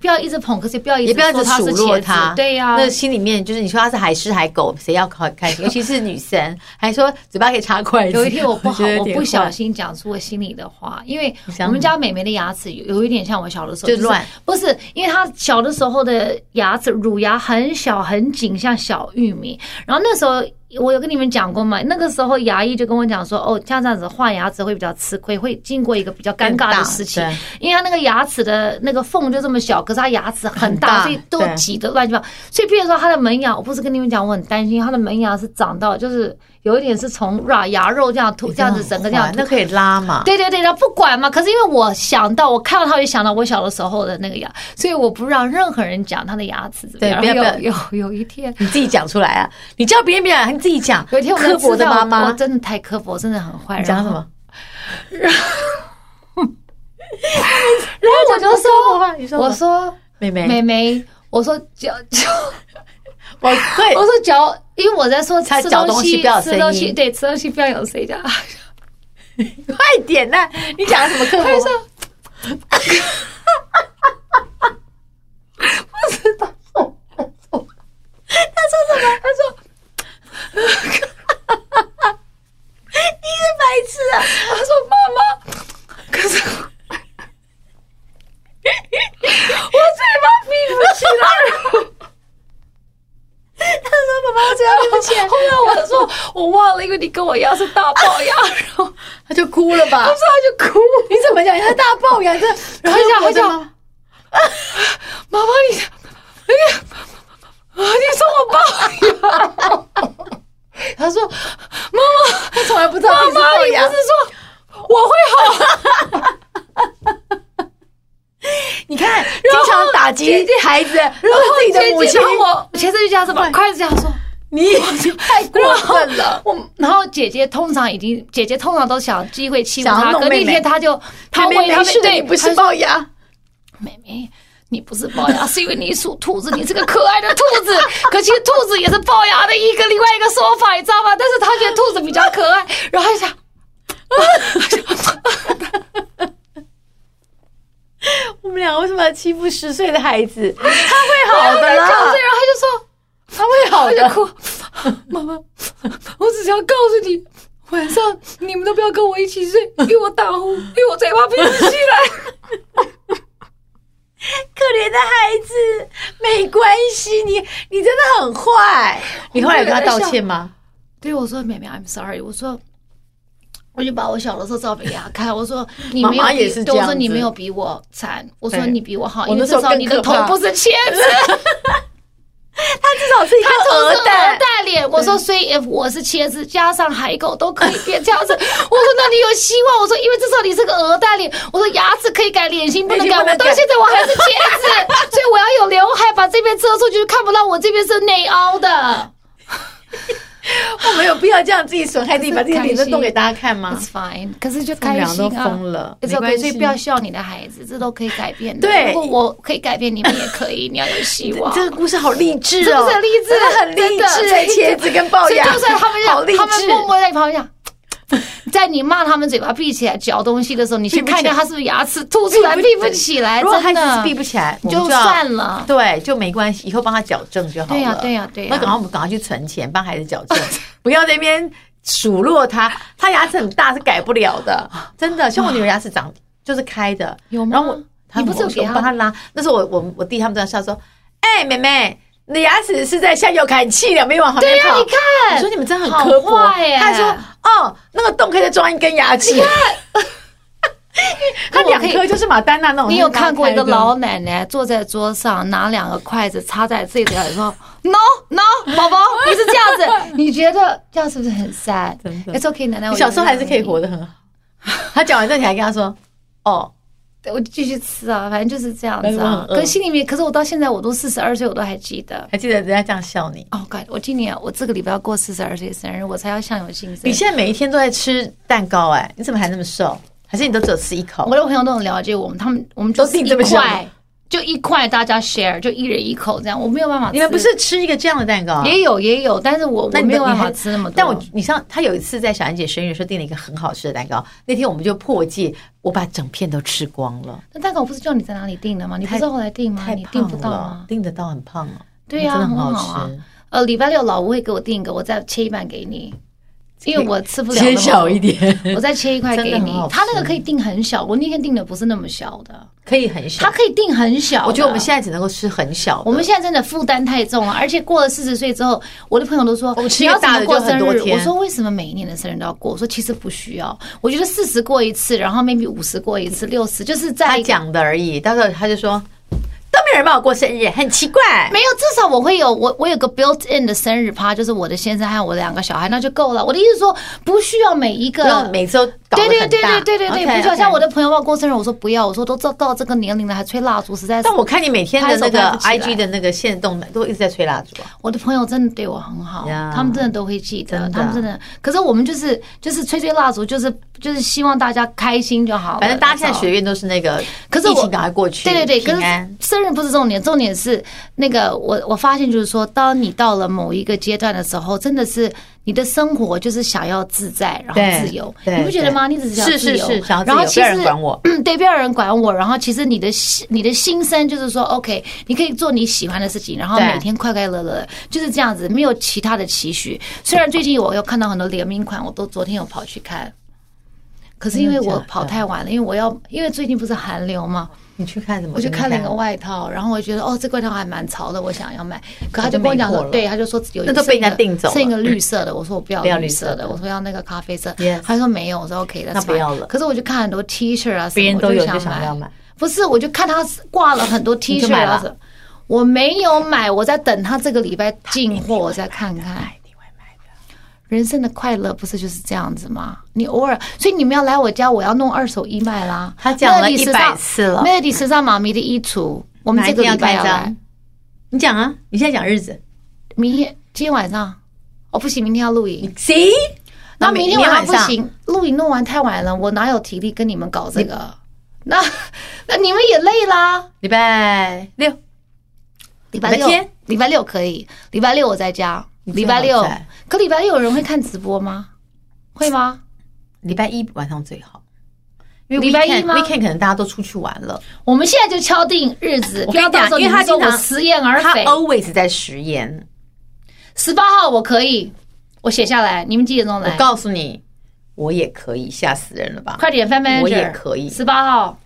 不要一直捧，可是不要一直
也不要一直
说她
数
是
落
茄子
他，
对呀，
那心里面就是你说他是海狮海狗，谁要开 开心？尤其是女生，还说嘴巴可以插筷子。
有一天我不好
觉得，有
我
点
不小
坏
心讲出我心里的话，因为
你想
我们
什么
家美美的牙齿有有一点像我小的时候，
就是乱，
不是因为她小的时候的牙齿乳牙很小很紧，像小玉米。然后那时候我有跟你们讲过嘛，那个时候牙医就跟我讲说，哦，像这样子换牙齿会比较吃亏，会经过一个比较尴尬
变
的
大
时期
对，
因为她那个牙齿的那个缝就这么小，可是她牙齿很
很大
大，所以都
对
挤得乱七八糟。所以，比如说她的门牙，我不是跟你们讲，我很担心她的门牙是长到就是有一点是从牙牙肉这样凸，这样子整个这样
哦那
凸。
可以拉嘛？
对对对，然后不管嘛。可是因为我想到，我看到他，我就想到我小的时候的那个牙，所以我不让任何人讲他的牙齿怎么样。
对不要
然后有有有一天，
你自己讲出来啊！你叫别人别讲，你自己讲。
有一天我们
刻薄的
知道
妈
我
妈，
真的太刻薄，真的很坏。
你讲
然
什
后
么？
然后我就
刻薄吗你说什
说，
么
我说
妹妹，
妹妹，我说脚脚。
我
我
会
说嚼，因为我在说
才
吃
嚼
东
东西不要有
吃
声
东
音
西，对，吃东西不要 有声音。这样
快点呐！你讲什么刻薄话？
他现。后来我说我忘了，因为你跟我一样是大龅牙，然后
他就哭了吧
不？是他就哭。
你怎么讲？他大龅牙这，然后
他讲
我的
他讲
妈
妈妈你，哎呀，啊你是我龅牙。他说妈妈，
他从来不知道
妈
自己是
妈，
龅
你
牙
不是。说我会好？
你看，经常打击
姐姐
孩子，然
然
后
后
自己的
姐
母
姐
亲，
然后我先生就叫什么？快点这样说。
你已经太过分了。
我然后姐姐通常已经，姐姐通常都想机会欺负
想要
她，
弄
可
妹妹
那天她就她
妹
为
妹
她
没事的，
对
你不是
她说
龅牙，
妹妹，你不是龅牙，是因为你属兔子，你是个可爱的兔子。可其实兔子也是龅牙的一个另外一个说法，你知道吗？但是他觉得兔子比较可爱，然后他就 想，
我们俩为什么要欺负十岁的孩子？他会好的
然后他
啦
就，然后他就 说，
他会好
他
的。
就哭，妈妈，我只想告诉你。晚上你们都不要跟我一起睡，因为我打呼，因为我嘴巴闭不起来。
可怜的孩子，没关系，你你真的很坏。你后来有跟他道歉吗？
对我说：“妹妹，I'm sorry。”我说：“我就把我小的时候照片给他看。我说你没有比，
妈妈也是这
对我
样子
说你没有比我惨。我说
对
你比我好，
我
因为
那时候
至少你的
更可
头
怕
不是 茄子，
他至少是一
他
个
头是
鹅
鹅
蛋。
蛋脸。我说，所以 if 我是茄子，加上海狗都可以变这样子。我说，那你有希望？我说，因为至少你是个鹅蛋脸。我说，牙齿可以改，脸型不能
脸
改。
型不能
我到
改
现在我还是茄子，所以我要有刘海把这边遮住，就是看不到我这边是内凹的。
我们有必要这样自己损害自己，
可
把
是
自己的脸都弄给大家看吗
It's？fine，可是就
我啊们
开
俩
心
都
啊。
疯了，
It's
没关
OK，所
系
以不要笑你的孩子，这都可以改变的。
对
如果我可以改变，你们也可以，你要有希 望。
这个故事好励志哦，
这不是很励志
真的很励志哎，
真的
茄子跟龅
所以
牙，
就算他们
好励
让他们
志。
默默在你旁边讲，在你骂他们嘴巴闭起来嚼东西的时候，你去
闭不起来
看一下他是不是牙齿凸出来，
闭
闭
不
不起来，
如果孩
真
子是
的
闭不起来，我们
就
要
算了。
对，就没关系，以后帮他矫正就好了。
对啊呀对呀对呀
那赶快我们赶快去存钱， 帮孩子矫正，不要在那边数落他，他牙齿很大是改不了的，真的。像我女儿牙齿长就是开的，
有吗
然后我她
你不是有
我
给她
我帮她拉？那时候我我我弟他们都在笑说：“哎、妹妹，你的牙齿是在向右砍气的，没往旁边
对呀，
靠。
你看
我说你们真的很刻薄。
好坏耶
他还说哦，那个洞可以再装一根牙齿。 他两颗就是马丹娜哦那种。
你有看过一个
那拉开的
老奶奶坐在桌上，拿两个筷子插在自己的耳朵，no no，宝宝 你是这样子，你觉得这样是不是很 sad？
真的
It's OK，奶奶，
你
我
小时候还是可以活
的，
得很好。他讲完之后，你还跟他说：“哦，
我继续吃啊，反正就是这样
但是
子
我很
啊。
饿
可是心里面，可是我到现在我都四十二岁，我都还记得。
还记得人家这样笑你。
哦、God，我今年我这个礼拜要过四十二岁生日，我才要向有新生
你。现在每一天都在吃蛋糕，哎，你怎么还那么瘦？还是你都只有吃一口
我？的朋友都很了解我们，他们我们就
都是
是
你
一
这么想
块，就一块大家 share，就一人一口这样，我没有办法吃。
你们不是吃一个这样的蛋糕啊？
也有也有，但是我我
那你
没
的
有办
你还
法吃那么多。
但我你像他有一次在小安姐生日的时候订了一个很好吃的蛋糕，那天我们就破戒，我把整片都吃光了，
那蛋糕我不是叫你在哪里订的吗？你不
太
是后来订吗？
太
你订
胖
不到
了
吗，？
订得到很胖哦。
对呀、
真的
很
很
好啊
吃。。
呃，礼拜六老吴会给我订一个，我再切一半给你，因为我吃不了那
切
么
小一点，
我再切一块
真的
给
很
你
好。吃
他那个可以订很小，我那天订的不是那么小的，
可以很小
他。可以订很小的。
我觉得我们现在只能够吃很小的。
我们现在真的负担太重了，啊而且过了四十岁之后，我的朋友都说
我们吃
你
越
要怎
大
么
的
过
就很
生
多
日？
天
我说为什么每一年的生日都要过？我说其实不需要，我觉得四十过一次，然后 maybe 五十过一次，六十就是在
他
一个
讲的而已，到时候他就说都没有人帮我过生日，很奇怪。
没有，至少我会有我我有个 built in 的生日趴，就是我的先生还有我的两个小孩，那就够了。我的意思是说，不需要每一个
不。用每次都搞得
对
很
对
大
对对对对对，
OK，
不需要像
OK
我的朋友要过生日，我说不要，我说都到到这个年龄了还吹蜡烛，实在是
但。我看你每天的那
拍手拍
个
不起来
IG 的那个线动，都一直在吹蜡烛啊。
我的朋友真的对我很好
呀
他们真的都会记
真
得，
的
他们真的。可是我们就是就是吹吹蜡烛，就是就是希望大家开心就好了
反正大家现在
那种
学院都是那个，
可是
疫
我
情赶快过去，
对对对，可
平
是
安。
生日不是重点，重点是那个我我发现就是说，当你到了某一个阶段的时候，真的是你的生活就是想要自在，然后
对
自由，
对
你不觉得吗？
对
你只想
是
自
是
由，
是想要自
然后
由，不
其实
要人管我。
嗯，对，没有人管我。然后其实你的心你的心声就是说，OK，你可以做你喜欢的事情，然后
对
每天快快乐乐，就是这样子，没有其他的期许。虽然最近我有看到很多联名款，我都昨天有跑去看，可是因为
真的
我
假的
跑太晚了，因为我要因为最近不是寒流嘛，
你去看什么？
我就看了一个
外，
外套，然后我觉得哦，这个外套还蛮潮的，我想要买。可他就跟我讲
我就没货，
说
了
对，他就说有一
那都
是
被人家
一个
订走
是一
了
个 绿色的。我说我不要
不要
绿
绿色
色的，
的
我说要那个咖啡色
Yes。
他说没有，我说 OK，那
那不要了
可是我就看很多 T 恤啊什么，
别人都有
我
就
就
想要
买。
买，
不是，我就看他挂了很多 T
你就
恤
买
啊
了
什么，我没有买，我在等他这个礼拜进货，我再看看。人生的快乐不是就是这样子吗？你偶尔，所以你们要来我家，我要弄二手衣卖啦。
他讲了
Melody 时尚
100次了
Melody 时尚妈咪的衣橱，我们这个礼拜
哪
要
一天要开
来
张，你讲啊，你现在讲日子
明天今天晚上，哦不行，明天要录影，
，See？
那明天晚上不
上
行，录影弄完太晚了，我哪有体力跟你们搞这个？那 那你们也累啦。
礼拜六，
礼拜
哪
六
天，
礼拜六可以，礼拜六我在家。
今
礼
天
拜六
好在，
可礼拜六有人会看直播吗？会吗？
礼拜一晚上最好，因为
礼拜一吗
weekend 可能大家都出去玩了，
我们现在就敲定日子，
我
不
跟
要
你
到
讲
时候
因为他
们说
经
我
常
食言而
他
肥。
always 在食言。
十八号我可以，我写下来，你们几点钟
我
来？
告诉你，我也可以，吓死人了吧？
快点，翻翻
我也可以
十八号，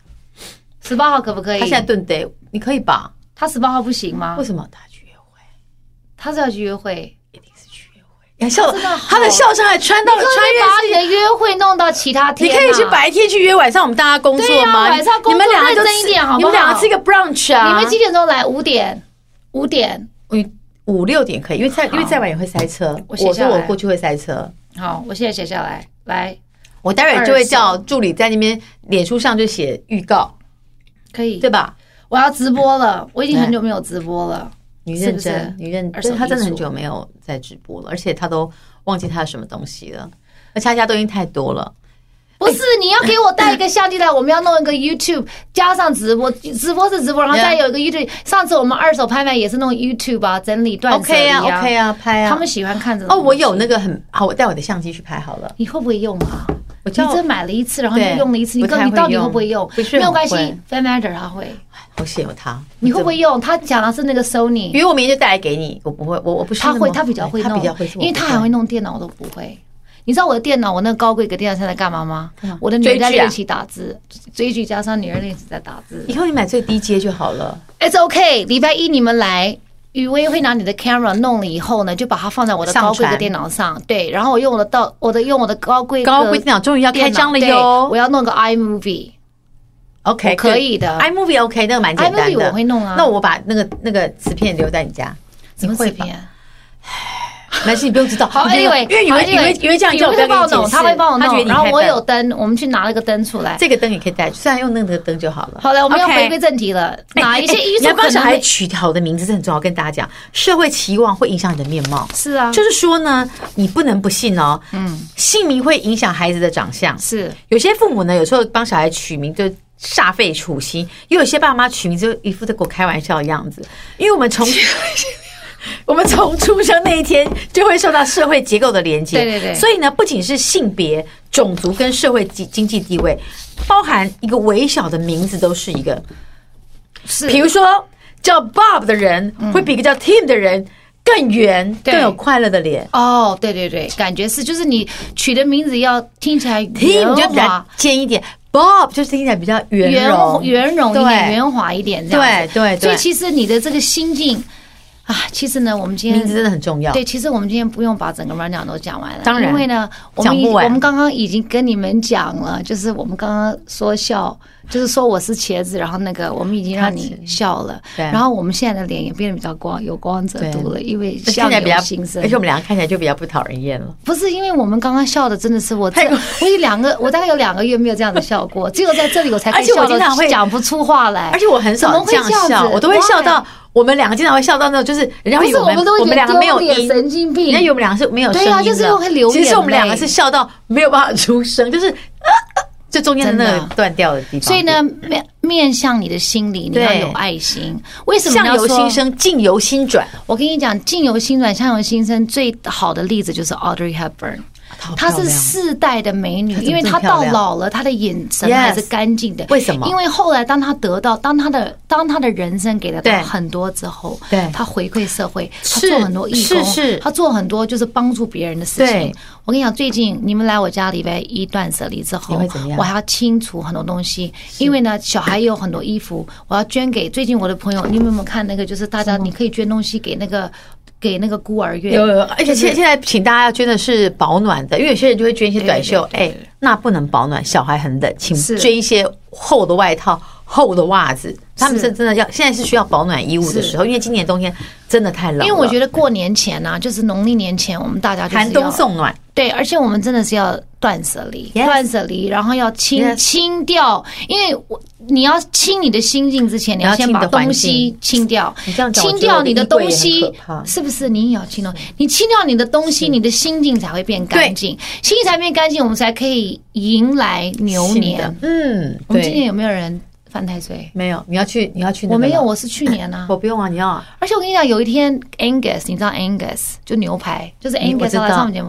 十八号可不可以？啊
他现在顿呆，你可以吧？
他十八号不行吗
为？什么他去约会？
他是要去约会，
一定是去约会。呀，笑
真的好
他的笑声还穿到
可
了
不可以
穿
把
越
你的约会弄到其他
你
天、啊？
可以去白天去约，晚上我们大家工作吗？
对啊晚上工作
你们两个
认
都
真一点好不好
你们两个吃一个 brunch 啊？
你们几点钟来？五点，五点。
嗯五六点可以，因为再因为再晚也会塞车。
我
我
写下
说
来
我过去会塞车，
好，我现在写下来，来，
我待会儿就会叫助理在那边脸书上就写预告，
可以
对。吧？
我要直播
嗯
了，我已经很久没有直播了。
你认真，
是不是
你认
二
真，但
手
他真的
艺术
很久没有在直播了，而且他都忘记他是什么东西了，而且他家都已经太多了。
不是，你要给我带一个相机来，我们要弄一个 YouTube 加上直播，直播是直播，然后
Yeah
再有一个 YouTube。上次我们二手拍卖也是弄 YouTube 啊，整理断舍
OK
离
啊，OK 啊，拍啊。
他们喜欢看这种
哦，
东西。
我有那个很好，我带我的相机去拍好了。
你会不会用啊？
我
你
知道
真买了一次，然后你
对
用了一次，你
不太
跟你
会
到底
用
会不会用？
不是
没
很
有关系
会
，Fan Matter 他会。
好险有他，
你会不会用？他讲的是那个 Sony，
比如我明天就带来给你，我不会，我我不是
他
那
会，
么
他比较会
他
弄
比较会，做，
因为他还会弄电脑，我都不会。你知道我的电脑，我那个高贵的电脑现在干嘛吗？我的女儿
追
在
剧啊
练习打字，追剧加上女儿练习在打字
以。后你买最低阶就好了。
It's OK，礼拜一你们来。雨薇会拿你的 camera 弄了以后呢，就把它放在我的
上
高贵的
传
电脑上，对，然后我用我的到我的用我的高贵
高
的
贵电脑终于要开张了
电脑对我
哟。
要弄个 iMovie，
OK，
我可以的
iMovie OK，那个蛮简单
iMovie
的。
我会弄啊
那我把那个那个磁片留在你家，
什
你
么
会
视
吧？
频？
没事，你不用知道。
好
你就
，Anyway，
因为以
好
为以为
，anyway，
以为这样
雨
叫我
薇
不要跟
会帮我
你
弄，
解释
他会帮我
他觉得
弄，
你
然后
太
我
笨
有灯，我们去拿那个灯出来。
这个灯也可以带，虽然用那个灯就好了。
好了，我们要
OK
回归正题了， 哪一些因
哎你
素
要
可
帮
能
小孩
会
取好的名字，这很重要。跟大家讲，社会期望会影响你的面貌。
是啊？
就是说呢，你不能不信哦。嗯，姓名会影响孩子的长相。
是
有些父母呢，有时候帮小孩取名就煞费苦心，也有些爸妈取名就一副在跟我开玩笑的样子。因为我 们从我们从出生那一天就会受到社会结构的连接，
对对对
所以呢，不仅是性别、种族跟社会经经济地位，包含一个微小的名字都是一个。
是，
比如说叫 Bob 的人，会比一个叫 Tim 的人更圆、
嗯对
更有快乐的脸。
哦，对对对，感觉是，就是你取的名字要听起来
Tim
圆
就比较
滑、
尖一点，Bob 就听起来比较圆
圆
融。
圆融一点、
对
圆滑一点，这样子
对对对
所以其实你的这个心境啊，其实呢，我们今
名字
天。
真的很重要。
对，其实我们今天不用把整个 rundown 都讲完了，
当然
因为呢，我们
讲
已
不完
我们刚刚已经跟你们讲了，就是我们刚刚说笑，就是说我是茄子，然后那个我们已经让你笑了，
对
然后我们现在的脸也变得比较光有光泽度了，因为
而且看
笑
起来比较
有心，声
而且我们两个看起来就比较不讨人厌了。
不是因为我们刚刚笑的真的 是我这，我有两个，我大概有两个月没有这样的笑过，只有在这里我才可以
而且我
笑
经常
的
会
讲不出话来。
而且我很
怎
少
么会
这样
这样子
笑，我都会
Why？
笑到我们两个经常会笑到那种，就是人家
不
以
是
为我
我们
们
都会
我们两个没有
觉得丢脸
音，
神经病
人家以为我们两个是没有声
对
音
啊
的，
就是会流
其
眼
实我们
泪
两个是笑到没有办法出声，就是啊就中间的那
真
个断掉的地方。
所以呢，面面向你的心理，你
对
要有爱心。为什
对，相
么要
由心
说？
生，境由心转。
我跟你讲，境由心转，相由心生，最好的例子就是 Audrey Hepburn。
她好
她
漂
是
亮
世代的美女，
她怎
因
么
为
这么
她
漂
到
亮
老了，她的眼神
Yes
还是干净的。
为什么
因为后来当她得到，当她的当她的人生给了她
对
很多之后，
对
她回馈社会，她
是
做很多义
是
工，
是
她做很多就是帮助别人的事情
对。
我我跟你讲，最近你们来我家礼拜一断舍离之后
你会怎么，样
我还要清除很多东西，因为呢，小孩也有很多衣服，我要捐给最近我的朋友。你们有没有看那个？就是大家你可以捐东西给那个给那个孤儿院，
有有，有而且现现在请大家要捐的是保暖的，因为有些人就会捐一些短袖，
对对
哎
对，
那不能保暖，小孩很冷，请
是
捐一些厚的外套、厚的袜子。他们是真的要，现在是需要保暖衣物的
是
时候，因为今年冬天真的太冷了，
因为我觉
得
得过年前呐、就是农历年前，我们大家就是要
寒冬送暖，
对，而且我们真的是要断舍离
Yes
断舍离，然后要清
Yes
清掉，因为我你要清你的心境之前，你
你要
先
清你
把
的环
东西清掉，
你这样讲我
清
觉得
掉
我的
你
衣
的
柜
东
也很
西
可怕，
是不是？你也要清掉，你清掉你的东西，你的心境才会变干净，心境才变干净，我们才可以迎来牛
新的
年。
嗯，
我们今年
对，
有没有人犯太岁？
没有，你要去，你要去那个
我
了，
没有，我是去年啊。
我不用啊，你要啊
而且我跟你讲，有一天 Angus，你知道 Angus 就牛排，就是
你嗯我
Angus
知道
他来上我们节目，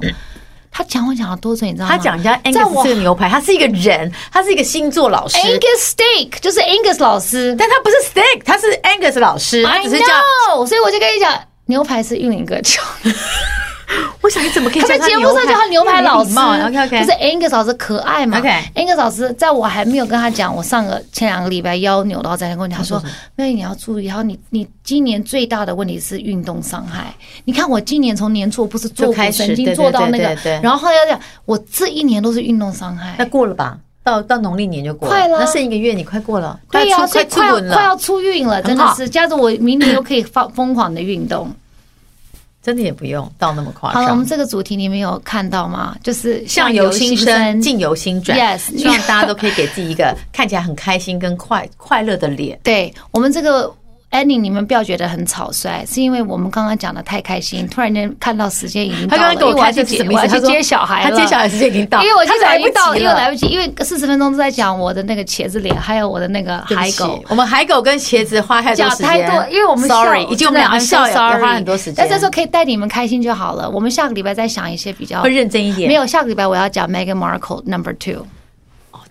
他讲我讲的多准，你知道吗？
他讲人家
啊在我
Angus 是个牛排，他是一个人，他是一个星座老师，
Angus Steak 就是 Angus 老师，
但他不是 steak，他是 Angus 老师，他
I
只是叫。
know，所以我就跟你讲，牛排是玉林哥教，
我想你怎么可以
他
叫
在
他
节目上叫他牛排老师
？OK
就
OK，
是 Angus 老师可爱嘛。
OK
Angus 老师，在我还没有跟他讲，我上个前两个礼拜腰扭到，在跟我讲，他说：“妹，你要注意，然后你你今年最大的问题是运动伤害。你看我今年从年初不是坐
就
骨
开始
神经
对对
做到那
对
个
对对，
然后后来要讲，我这一年都是运动伤害
那。过了吧？到到农历年就过了，
快了
那剩一个月，你快过了，
对呀、
快出
所以
快出
快要
轮
快
了，
要出运了，真的
很好
是。加上我明年又可以放疯狂的运动。”
真的也不用到那么夸
好了，我
张
们。这个主题你们有看到吗？就是
相由心生，境由心转。
Yes
希望大家都可以给自己一个看起来很开心跟快 快乐的脸。
对我们这个 ending，你们不要觉得很草率，是因为我们刚刚讲的太开心，突然间看到时间已经到
他
了，
刚刚跟
因为
我
我
开
要去
这是
接
什，么
我
意思？
要去
他说
接小孩
他
了，
接小孩时间已经到，
因为我接小
他
孩
来
已
不
经到
及
因为来
了。
不及，因为四十分钟都在讲我的那个茄子脸，还有我的那个
对不
海
起
狗。
我们海狗跟茄子花太多
讲
时间，
太多，因为我们笑
sorry，以及我们两个笑也
也
也花很多时间。
但这时候可以带你们开心就好了。我们下个礼拜再想一些比较
会认真一点，
没有，下个礼拜我要讲 Meghan Markle Number Two，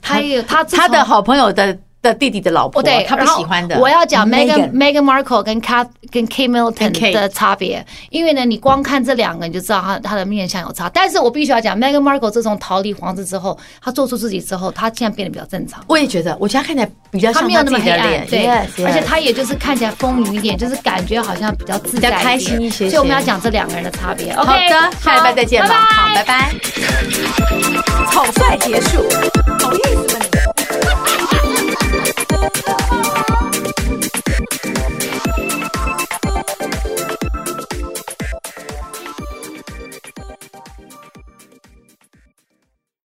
他也有他自
他的
从
好朋友的的弟弟的老婆，
哦对，
他不
然后
喜欢的。嗯
我要讲 Meghan
Meghan
Meghan Markle 跟 Kat 跟 Kate
跟
Middleton
Kate
的差别，因为呢，你光看这两个你就知道他他的面相有差。但是我必须要讲 Meghan Markle 自从逃离皇室之后，她做出自己之后，她现在变得比较正常。
我也觉得，我觉得他看起来比较
她
像
没有那
自
么
己
黑
的
暗
脸，，
对
yes，yes
而且她也就是看起来丰腴一点，就是感觉好像比较自在
比较开心一些些
所以我们要讲这两个人的差别。OK，
好的，下礼拜再见吧，
好拜拜
好，拜拜。草率结束，好运